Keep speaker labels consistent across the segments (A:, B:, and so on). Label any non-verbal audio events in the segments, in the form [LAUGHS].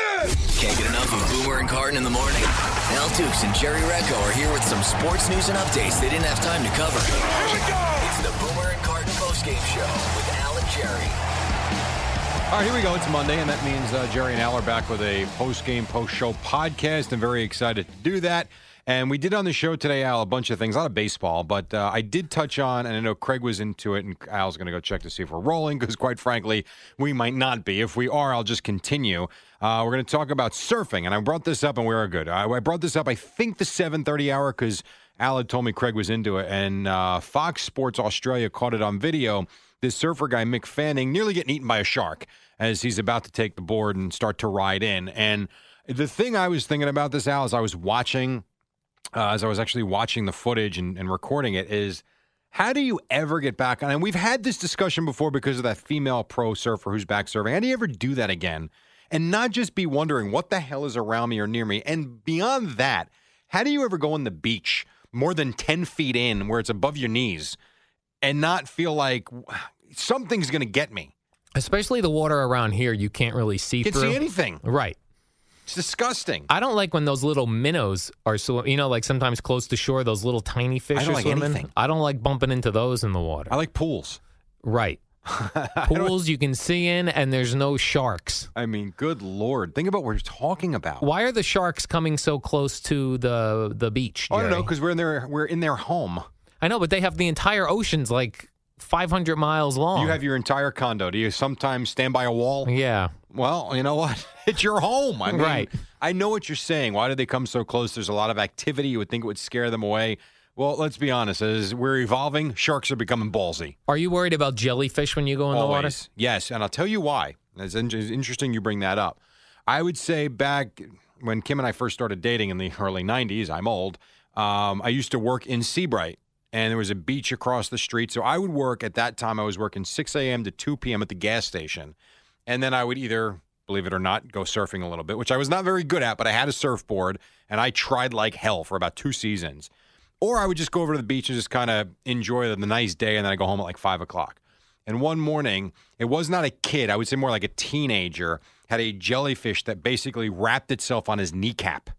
A: Can't get enough of Boomer and Carton in the morning. Al Dukes and Jerry Recco are here with some sports news and updates they didn't have time to cover. Here we go. It's the Boomer and Carton postgame show with Al and Jerry.
B: All right, here we go. It's Monday, and that means uh, Jerry and Al are back with a post-game, post-show podcast. I'm very excited to do that. And we did on the show today, Al, a bunch of things, a lot of baseball, but uh, I did touch on, and I know Craig was into it, and Al's going to go check to see if we're rolling, because quite frankly, we might not be. If we are, I'll just continue. Uh, we're going to talk about surfing, and I brought this up, and we are good. I, I brought this up, I think, the 7.30 hour, because Al had told me Craig was into it, and uh, Fox Sports Australia caught it on video. This surfer guy, Mick Fanning, nearly getting eaten by a shark as he's about to take the board and start to ride in. And the thing I was thinking about this, Al, as I was watching uh, as I was actually watching the footage and, and recording it is how do you ever get back on? And we've had this discussion before because of that female pro surfer who's back surfing. How do you ever do that again? And not just be wondering what the hell is around me or near me. And beyond that, how do you ever go on the beach more than 10 feet in where it's above your knees and not feel like something's going to get me?
C: Especially the water around here, you can't really see
B: You can
C: through.
B: see anything.
C: Right.
B: It's disgusting.
C: I don't like when those little minnows are so you know like sometimes close to shore those little tiny fish
B: I don't
C: are
B: like
C: swimming.
B: anything.
C: I don't like bumping into those in the water.
B: I like pools. [LAUGHS]
C: right. Pools you can see in and there's no sharks.
B: I mean, good lord. Think about what we're talking about.
C: Why are the sharks coming so close to the the beach?
B: I don't know
C: Jerry?
B: because we're in their we're in their home.
C: I know, but they have the entire oceans like 500 miles long.
B: You have your entire condo. Do you sometimes stand by a wall?
C: yeah.
B: Well, you know what? [LAUGHS] It's your home. I mean,
C: Right.
B: I know what you're saying. Why did they come so close? There's a lot of activity. You would think it would scare them away. Well, let's be honest. As we're evolving, sharks are becoming ballsy.
C: Are you worried about jellyfish when you go in the water?
B: Always. Yes, and I'll tell you why. It's in- it's interesting you bring that up. I would say back when Kim and I first started dating in the [LAUGHS] early 90s, I'm old, um, I used to work in Seabright, and there was a beach across the street. So I would work at that time, I was working 6 a.m. to 2 p.m. at the gas station. And then I would either, believe it or not, go surfing a little bit, which I was not very good at, but I had a surfboard, and I tried like hell for about two seasons. Or I would just go over to the beach and just kind of enjoy the the nice day, and then I go home at like 5 o'clock. And one morning, it was not a kid, I would say more like a teenager, had a jellyfish that basically wrapped itself on his kneecap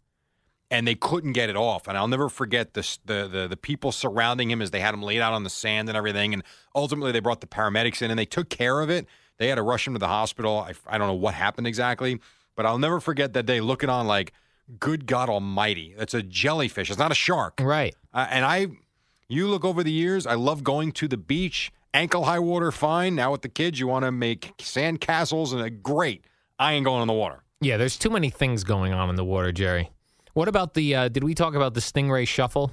B: and they couldn't get it off. And I'll never forget this, the, the the people surrounding him as they had him laid out on the sand and everything. And ultimately, they brought the paramedics in and they took care of it. They had to rush him to the hospital. I, I don't know what happened exactly, but I'll never forget that day looking on like, good God Almighty, that's a jellyfish. It's not a shark.
C: Right.
B: Uh, and I, you look over the years, I love going to the beach, ankle high water, fine. Now with the kids, you want to make sand castles and a great. I ain't going in the water.
C: Yeah, there's too many things going on in the water, Jerry. What about the? Uh, did we talk about the stingray shuffle?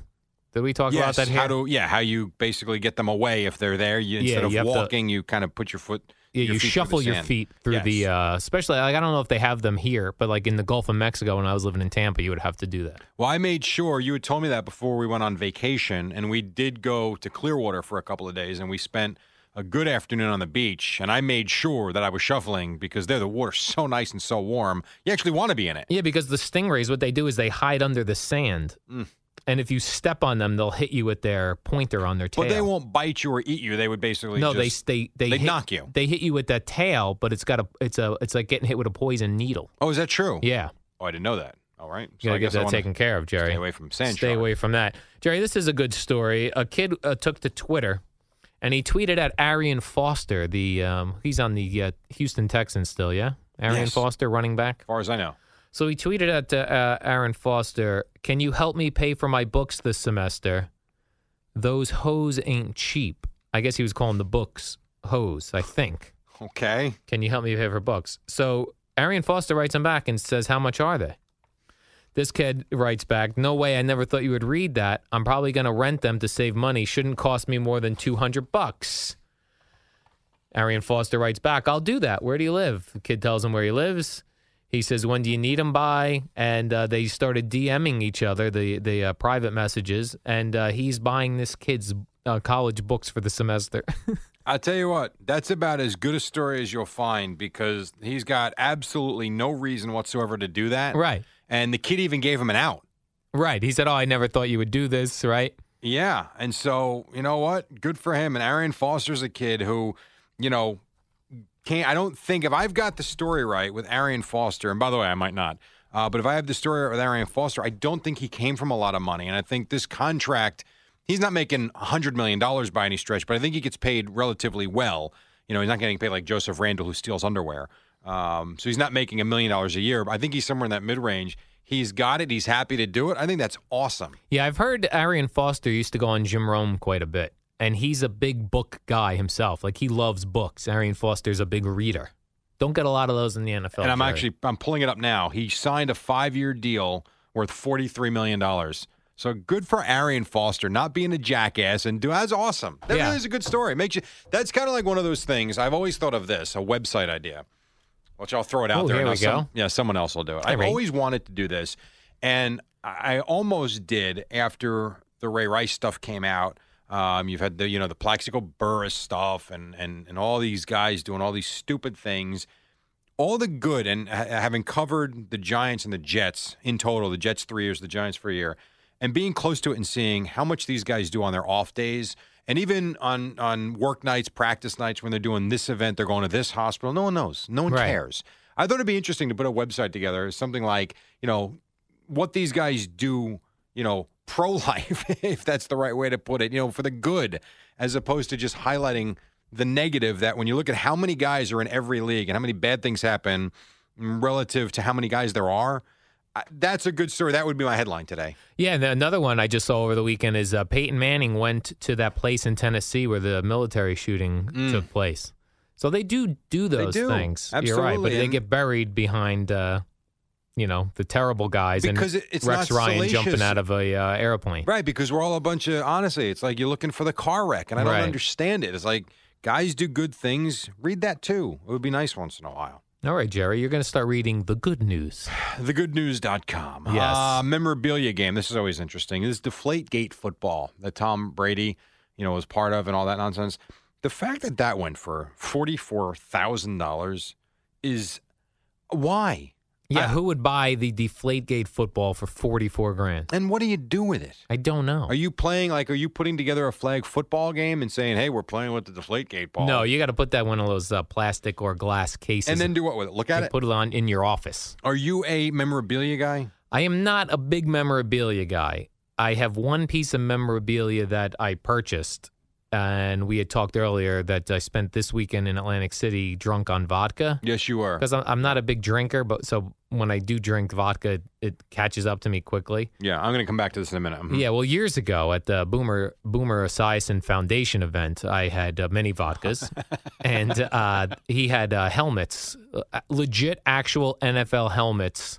C: Did we talk about that here?
B: how do yeah? How you basically get them away if they're there? You,
C: Yeah,
B: instead of
C: you have to-
B: walking, you kind of put your foot.
C: yeah,
B: your
C: you
B: feet through the
C: shuffle your
B: sand.
C: feet through the.
B: Yes.
C: Uh, especially, like, I don't know if they have them here, but like in the Gulf of Mexico, when I was living in Tampa, you would have to do that.
B: Well, I made sure you had told me that before we went on vacation, and we did go to Clearwater for a couple of days, and we spent a good afternoon on the beach. And I made sure that I was shuffling because there the water's [LAUGHS] so nice and so warm. You actually want to be in it.
C: Yeah, because the stingrays, what they do is they hide under the sand,
B: Mm.
C: and if you step on them, they'll hit you with their pointer on their tail.
B: But they won't bite you or eat you. They would basically
C: No,
B: just,
C: they they they
B: they'd
C: hit-
B: knock you.
C: They hit you with that tail, but it's got a it's a it's like getting hit with a poison needle.
B: Oh, is that true?
C: Yeah,
B: Oh, I didn't know that. All right.
C: you gotta
B: I
C: get
B: guess I
C: that
B: wanna
C: taken care of, Jerry.
B: Stay away from sand
C: Stay
B: shark.
C: away from that. Jerry, this is a good story. A kid uh, took to Twitter and he tweeted at Arian Foster. The um, he's on the uh, Houston Texans still, yeah. Arian
B: Yes.
C: Foster, running back.
B: far as I know.
C: So he tweeted at uh, uh, Aaron Foster, "Can you help me pay for my books this semester? Those hoes ain't cheap." I guess he was calling the books hoes. I think.
B: Okay.
C: Can you help me pay for books? So Arian Foster writes him back and says, How much are they? This kid writes back, No way, I never thought you would read that. I'm probably gonna rent them to save money. Shouldn't cost me more than two hundred bucks. Arian Foster writes back, I'll do that. Where do you live? The kid tells him where he lives. He says, When do you need them by? And uh, they started DMing each other, the, the uh, private messages. And uh, he's buying this kid's uh, college books for the semester. [LAUGHS]
B: I'll tell you what, that's about as good a story as you'll find because he's got absolutely no reason whatsoever to do that.
C: right.
B: And the kid even gave him an out.
C: Right. He said, Oh, I never thought you would do this, right?
B: Yeah. And so, you know what? Good for him. And Aaron Foster's a kid who, you know, can't, I don't think, if I've got the story right with Arian Foster, and by the way, I might not, uh, but if I have the story right with Arian Foster, I don't think he came from a lot of money. And I think this contract, he's not making $100 million by any stretch, but I think he gets paid relatively well. You know, he's not getting paid like Joseph Randall, who steals underwear. Um, so he's not making a million dollars a year, but I think he's somewhere in that mid range. He's got it. He's happy to do it. I think that's awesome.
C: Yeah, I've heard Arian Foster used to go on Jim Rome quite a bit, and he's a big book guy himself. Like he loves books. Arian Foster's a big reader. Don't get a lot of those in the NFL.
B: and I'm
C: Jerry.
B: actually I'm pulling it up now. He signed a five year deal worth forty three million dollars. So good for Arian Foster not being a jackass and do that's awesome. That
C: Yeah.
B: really is a good story. Makes you that's kind of like one of those things. I've always thought of this a website idea, which I'll throw it out
C: Oh,
B: there.
C: here
B: now
C: we
B: some-
C: go.
B: yeah, someone else will do it.
C: All
B: I've
C: right.
B: always wanted to do this, and I I almost did after the Ray Rice stuff came out. Um, you've had the you know the Plaxico Burris stuff and and and all these guys doing all these stupid things all the good and ha- having covered the Giants and the Jets in total, the Jets three years, the Giants for a year, and being close to it and seeing how much these guys do on their off days and even on on work nights, practice nights when they're doing this event, they're going to this hospital. No one knows. No one
C: Right.
B: cares. I thought it'd be interesting to put a website together, something like you know what these guys do, you know, [LAUGHS] pro life, if that's the right way to put it, you know, for the good, as opposed to just highlighting the negative that when you look at how many guys are in every league and how many bad things happen relative to how many guys there are, I- that's a good story. That would be my headline today.
C: Yeah, and then another one I just saw over the weekend is uh, Peyton Manning went to that place in Tennessee where the military shooting took place. So they do do those
B: Mm. do.
C: things. You're right, but
B: Absolutely,
C: they
B: and-
C: get buried behind, uh, you know, the terrible guys
B: Because
C: and
B: it- it's
C: Rex
B: not
C: Ryan jumping
B: salacious.
C: out of a uh, airplane.
B: Right, because we're all a bunch of honestly, it's like you're looking for the car wreck, and I don't
C: Right.
B: understand it. It's like guys do good things. Read that too. It would be nice once in a while.
C: All right, Jerry, you're going to start reading the good news.
B: Thegoodnews.com.
C: Yes.
B: Uh, memorabilia game. This is always interesting. This is Deflategate football that Tom Brady, you know, was part of and all that nonsense. The fact that that went for $44,000 is why?
C: Yeah,
B: I-
C: who would buy the Deflategate football for forty-four grand?
B: And what do you do with it?
C: I don't know.
B: Are you playing like are you putting together a flag football game and saying, "Hey, we're playing with the Deflategate ball."
C: no, you got to put that in one of those uh, plastic or glass cases
B: and then do what with it? Look at
C: and
B: it.
C: put it on in your office.
B: Are you a memorabilia guy?
C: I am not a big memorabilia guy. I have one piece of memorabilia that I purchased, and we had talked earlier that I spent this weekend in Atlantic City drunk on vodka.
B: Yes, you are.
C: Because I'm, I'm not a big drinker, but so when I do drink vodka, it, it catches up to me quickly.
B: Yeah, I'm going to come back to this in a minute. Mhm.
C: Yeah, well, years ago at the Boomer Boomer Esiason Foundation event, I had uh, many vodkas, and uh, he had uh, helmets, uh, legit actual NFL helmets,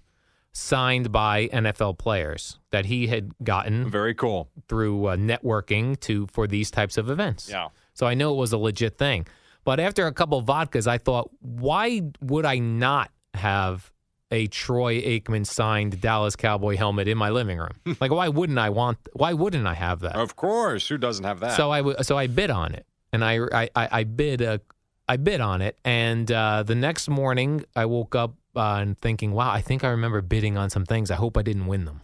C: signed by NFL players that he had gotten
B: Very cool.
C: through uh, networking to for these types of events.
B: Yeah.
C: So I know it was a legit thing. But after a couple of vodkas, I thought, why would I not have a Troy Aikman signed Dallas Cowboy helmet in my
B: [LAUGHS]
C: living room? like, why wouldn't I want? Why wouldn't I have that?
B: Of course, who doesn't have that?
C: So I w- so I bid on it, and I I, I, I bid a I bid on it, and uh, the next morning I woke up uh, and thinking, wow, I think I remember bidding on some things. I hope I didn't
B: [LAUGHS]
C: win them.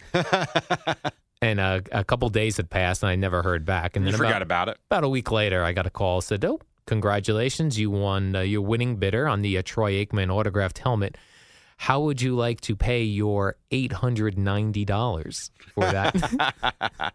C: and uh, a couple days had passed, and I never heard back. And
B: you
C: then
B: forgot
C: about,
B: about it.
C: about a week later, I got a call said, oh, congratulations, you won. Uh, your winning bidder on the uh, Troy Aikman autographed helmet. How would you like to pay your $890 for that?
B: [LAUGHS]
C: uh,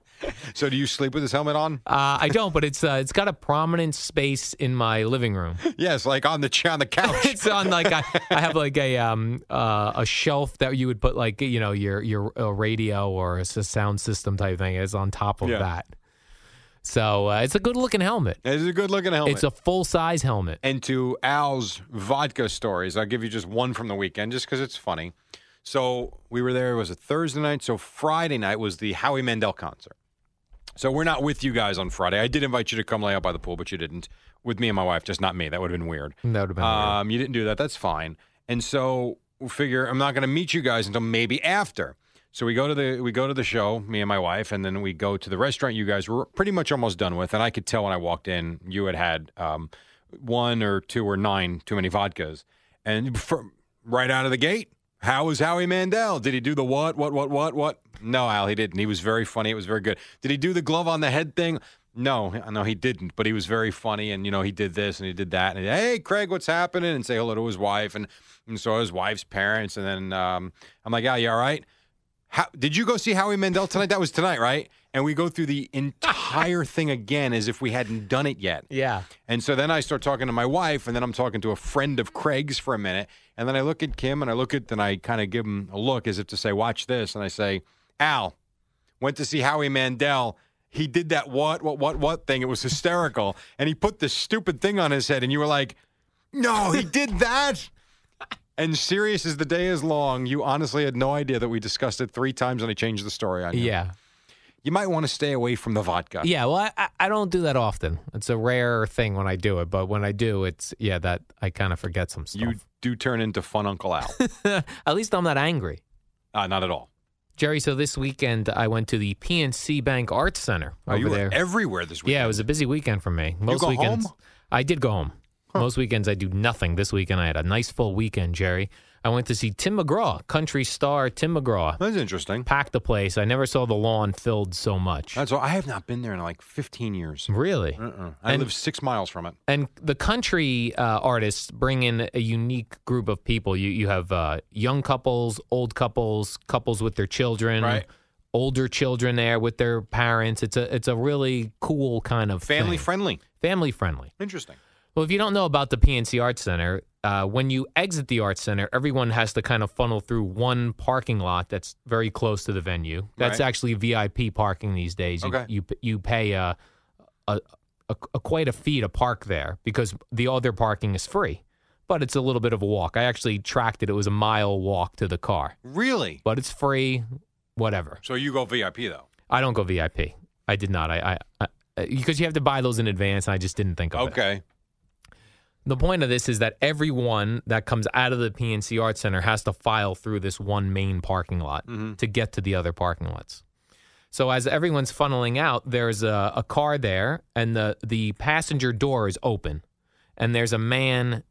B: So do you sleep with his helmet on?
C: I don't, but it's uh, it's got a prominent space in my
B: [LAUGHS]
C: living room.
B: [LAUGHS] Yes, like on the ch- on the [LAUGHS] couch.
C: it's on like I, I have like a um uh, a shelf that you would put like you know your your uh, radio or a s- sound system type thing is on top of
B: Yeah.
C: that. So uh, it's a good looking helmet.
B: it's a good looking helmet.
C: It's a full size helmet.
B: and to Al's vodka stories. I'll give you just one from the weekend just because it's funny. So we were there, it was a Thursday night. So Friday night was the Howie Mandel concert. So we're not with you guys on Friday. I did invite you to come lay out by the pool, but you didn't. With me and my wife, just not me. That would have been weird.
C: That would have been weird.
B: Um, you didn't do that. That's fine. And so we figure I'm not going to meet you guys until maybe after. So we go to the we go to the show, me and my wife, and then we go to the restaurant. You guys were pretty much almost done with, and I could tell when I walked in, you had had um, one or two or nine too many vodkas, and from right out of the gate, how was Howie Mandel? Did he do the what what what what what? No, Al, he didn't. He was very funny. It was very good. Did he do the glove on the head thing? No, no, he didn't. But he was very funny, and you know, he did this and he did that. And hey, Craig, what's happening? And say hello to his wife, and, and so his wife's parents. And then um, I'm like, Al, you all right? How, did you go see Howie Mandel tonight? That was tonight, right? And we go through the entire thing again as if we hadn't done it yet.
C: Yeah.
B: And so then I start talking to my wife, and then I'm talking to a friend of Craig's for a minute. And then I look at Kim and I look at, and I kind of give him a look as if to say, Watch this. And I say, Al, went to see Howie Mandel. He did that what, what, what, what thing. It was hysterical. [LAUGHS] And he put this stupid thing on his head, and you were like, No,
C: [LAUGHS]
B: he did that. And serious as the day is long, you honestly had no idea that we discussed it three times and I changed the story on you.
C: Yeah.
B: You might want to stay away from the vodka.
C: Yeah. Well, I- I, I don't do that often. It's a rare thing when I do it, but when I do, it's, yeah, that I kind of forget some stuff.
B: You do turn into fun Uncle
C: [LAUGHS]
B: Al.
C: At least I'm not angry.
B: uh, not at all.
C: Jerry, so this weekend I went to the PNC Bank Arts Center
B: Oh,
C: over
B: you
C: there.
B: were everywhere this week.
C: Yeah, it was a busy weekend for me. Most
B: go
C: weekends,
B: home?
C: I did go home. Most weekends, I do nothing. This weekend, I had a nice full weekend, Jerry. I went to see Tim McGraw, country star Tim McGraw.
B: That's interesting.
C: Packed the place. I never saw the lawn filled so much.
B: That's all. I have not been there in like 15 years.
C: really?
B: Uh-uh. I
C: And-
B: live six miles from it.
C: And the country uh, artists bring in a unique group of people. You you have uh, young couples, old couples, couples with their children,
B: Right.
C: older children there with their parents. It's a it's a really cool kind of
B: Family
C: thing.
B: friendly.
C: family friendly.
B: Interesting.
C: Well, if you don't know about the PNC Arts Center, uh, when you exit the Arts Center, everyone has to kind of funnel through one parking lot that's very close to the venue. That's
B: Right.
C: actually VIP parking these days. You
B: Okay.
C: you, you pay uh, a, a, a quite a fee to park there because the other parking is free, but it's a little bit of a walk. I actually tracked it; it was a mile walk to the car,
B: Really?
C: but it's free. Whatever.
B: So you go VIP though.
C: I don't go VIP. I did not. I I because you have to buy those in advance, and I just didn't think of it.
B: Okay.
C: The point of this is that everyone that comes out of the PNC Arts Center has to file through this one main parking lot to get to the other parking lots. So as everyone's funneling out, there's a, a car there, and the the passenger door is open, and there's a man,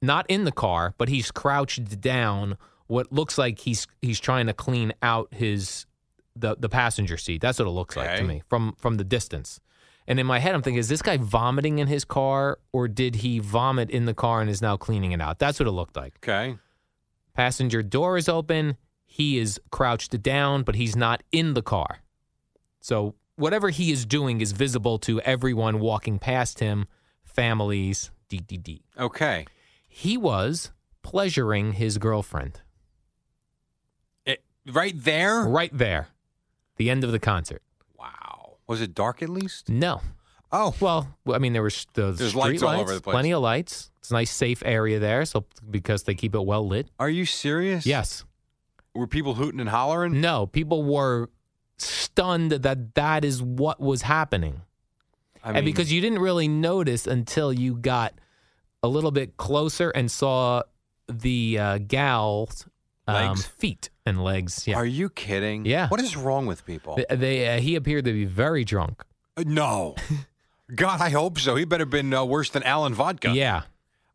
C: not in the car, but he's crouched down. What looks like he's he's trying to clean out his the the passenger seat. That's what it looks like to
B: Okay.
C: me from from the distance. And in my head, I'm thinking, is this guy vomiting in his car, or did he vomit in the car and is now cleaning it out? That's what it looked like.
B: Okay.
C: Passenger door is open. He is crouched down, but he's not in the car. So whatever he is doing is visible to everyone walking past him, families, DDD.
B: Okay.
C: He was pleasuring his girlfriend
B: It, Eh, right there?
C: right there, the end of the concert.
B: Wow. Was it dark at least?
C: No.
B: Oh.
C: Well, I mean, there was the
B: There's
C: street
B: lights all over the place.
C: Plenty of lights. It's a nice, safe area there, so because they keep it well lit.
B: Are you serious?
C: Yes.
B: Were people hooting and hollering?
C: No, people were stunned that that is what was
B: I
C: happening.
B: mean,
C: Mm-hmm. and because you didn't really notice until you got a little bit closer and saw the uh, gal's um,
B: Legs?
C: feet and legs. Yeah.
B: Are you kidding?
C: Yeah.
B: What is wrong with people?
C: They, they, uh, he appeared to be very drunk.
B: Uh, no.
C: [LAUGHS]
B: God, I hope so. He better have been uh, worse than Alan Vodka.
C: Yeah.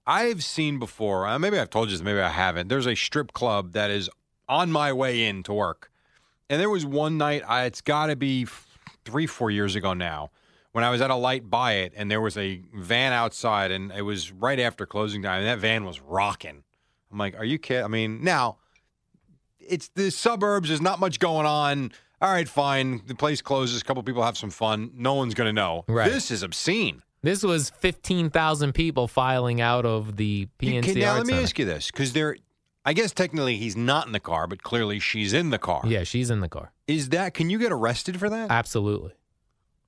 B: I've seen before. Uh, maybe I've told you this. Maybe I haven't. There's a strip club that is on my way in to work, and there was one night. I, it's got to be f- three, four years ago now, when I was at a light by it, and there was a van outside, and it was right after closing time. And that van was rocking. I'm like, are you kidding? I mean, now it's the suburbs. There's not much going on. All right, fine. The place closes. A couple people have some fun. No one's going to know.
C: Right.
B: This is obscene.
C: This was 15,000 people filing out of the
B: You
C: PNC
B: can- now, let
C: Arts
B: me
C: Center.
B: ask you this because there, I guess technically he's not in the car, but clearly she's in the car.
C: Yeah, she's in the car.
B: Is that, can you get arrested for that?
C: Absolutely.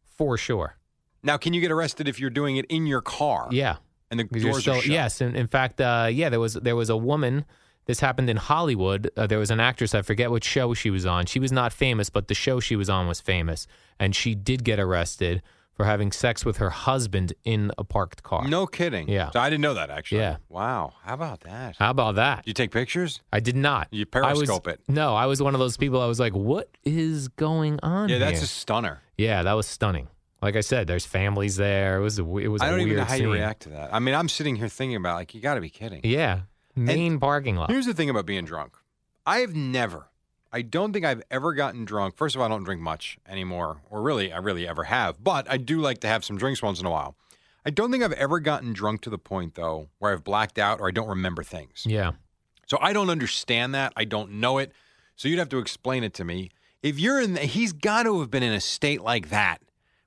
C: For sure.
B: now, can you get arrested if you're doing it in your car?
C: Yeah.
B: And the
C: 'Cause you're
B: doors are
C: still-
B: shut?
C: yes, and in fact, uh, yeah, there was there was a woman. This happened in Hollywood. Uh, there was an actress. I forget what show she was on. She was not famous, but the show she was on was famous, and she did get arrested for having sex with her husband in a parked car.
B: No kidding.
C: Yeah.
B: So I didn't know that actually.
C: Yeah.
B: Wow. How about that?
C: How about that?
B: Did you take pictures?
C: I did not.
B: You
C: I was-
B: periscope it.
C: No, I was one of those people. I was like, "What is going on?"
B: Yeah, that's
C: here?"
B: a stunner.
C: yeah, that was stunning. Like I said, there's families there. It was a, we- it was.
B: I
C: a
B: don't
C: weird
B: even know how
C: scene.
B: you react to that. I mean, I'm sitting here thinking about like you got to be kidding.
C: Yeah, main parking lot.
B: Here's the thing about being drunk. I have never, I don't think I've ever gotten drunk. First of all, I don't drink much anymore, or really, I really ever have. But I do like to have some drinks once in a while. I don't think I've ever gotten drunk to the point though where I've blacked out or I don't remember things.
C: Yeah,
B: So I don't understand that. I don't know it. So you'd have to explain it to me. If you're in, he's got to have been in a state like that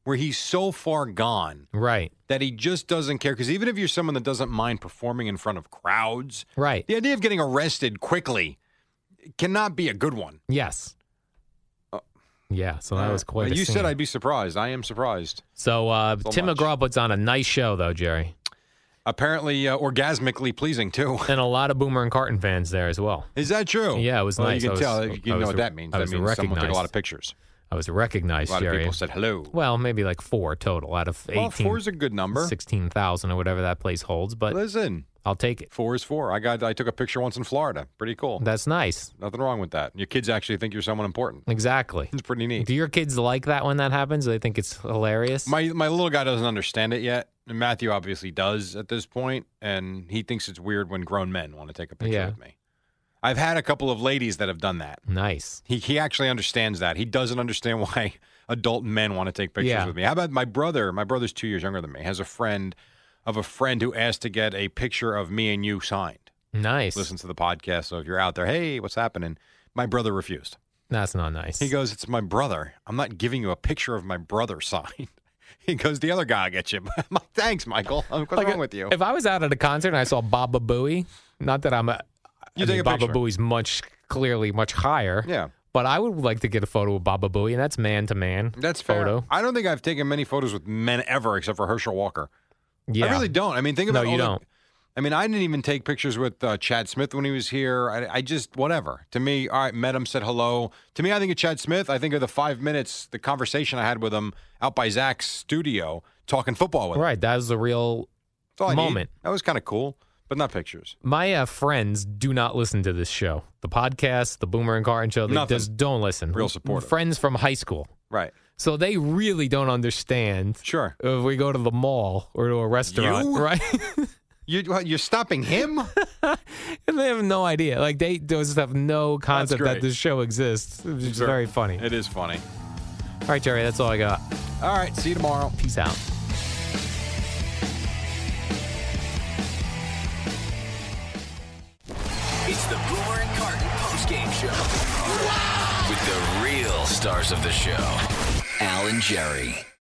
B: where he's so far gone
C: right,
B: that he just doesn't care. Because even if you're someone that doesn't mind performing in front of crowds,
C: right.
B: the idea of getting arrested quickly cannot be a good one.
C: Yes. yeah, so that was quite.
B: Uh,
C: a
B: Oh. You said
C: scene.
B: I'd be surprised. I am surprised.
C: So uh,
B: So
C: Tim
B: much.
C: McGraw puts on a nice show, though, Jerry,
B: Apparently, uh, orgasmically pleasing too. [LAUGHS]
C: and a lot of Boomer and Carton fans there as well.
B: Is that true?
C: Yeah, it was
B: well,
C: nice.
B: You
C: I
B: can
C: was-
B: tell.
C: I
B: You know
C: was-
B: what that means.
C: I
B: That
C: was
B: means someone took a
C: recognized.
B: lot of pictures.
C: I was
B: A
C: recognized,
B: lot of
C: Jerry.
B: people said hello.
C: well, maybe like four total out of
B: Well,
C: 18,
B: four's a good number.
C: 16,000 or whatever that place holds, but
B: Listen,
C: I'll take it.
B: four is four. I got. I took a picture once in Florida. Pretty cool.
C: That's nice.
B: Nothing wrong with that. Your kids actually think you're someone important.
C: Exactly.
B: It's pretty neat.
C: Do your kids like that when that happens? Do they think it's hilarious?
B: My my little guy doesn't understand it yet. And Matthew obviously does at this point, and he thinks it's weird when grown men want to take a picture
C: Yeah.
B: with me. I've had a couple of ladies that have done that.
C: nice.
B: He he actually understands that. He doesn't understand [LAUGHS] why adult men want to take pictures
C: Yeah.
B: with me. How about my brother? My brother's two years younger than me. Has a friend of a friend who asked to get a picture of me and you signed.
C: Nice.
B: Listen to the podcast. So if you're out there, hey, what's happening? My brother refused.
C: That's not nice.
B: He goes, It's my brother. I'm not giving you a picture of my brother signed. [LAUGHS] He goes, The other guy will get you. [LAUGHS] I'm like, Thanks, Michael. I'm like, What's
C: Like, uh,
B: wrong with you?
C: If I was out at a concert and I saw Baba Booey, not that I'm a,
B: You
C: I
B: take
C: mean,
B: a
C: Baba
B: picture.
C: Booey's much clearly much higher.
B: Yeah.
C: But I would like to get a photo of Baba Booey, and that's man to man.
B: That's fair.
C: photo.
B: I don't think I've taken many photos with men ever except for Herschel Walker.
C: Yeah.
B: I really don't. I mean, think
C: No,
B: about
C: you
B: all the-
C: don't.
B: I mean, I didn't even take pictures with uh, Chad Smith when he was here. I, I just, whatever. To me, all right, met him, said hello. To me, I think of Chad Smith. I think of the five minutes, the conversation I had with him out by Zach's studio talking football with him.
C: Right. That was the real.
B: That's all I need.
C: Moment.
B: That was kind of cool, but not pictures.
C: My uh, friends do not listen to this show, the podcast, the Boomer and Carton show. They
B: Nothing.
C: just don't listen.
B: Real supportive.
C: Friends from high school,
B: Right.
C: so they really don't understand.
B: Sure.
C: If we go to the mall or to a restaurant,
B: You?
C: right? [LAUGHS]
B: You, what, you're stopping him?
C: and they have no idea. Like they just have no concept that
B: great.
C: this show exists. It's just
B: Sure.
C: very funny.
B: [LAUGHS] it is funny.
C: All right, Jerry, that's all I got.
B: All right. See you tomorrow.
C: Peace out.
A: It's the Boomer and Carton postgame show with the real stars of the show, Al and Jerry.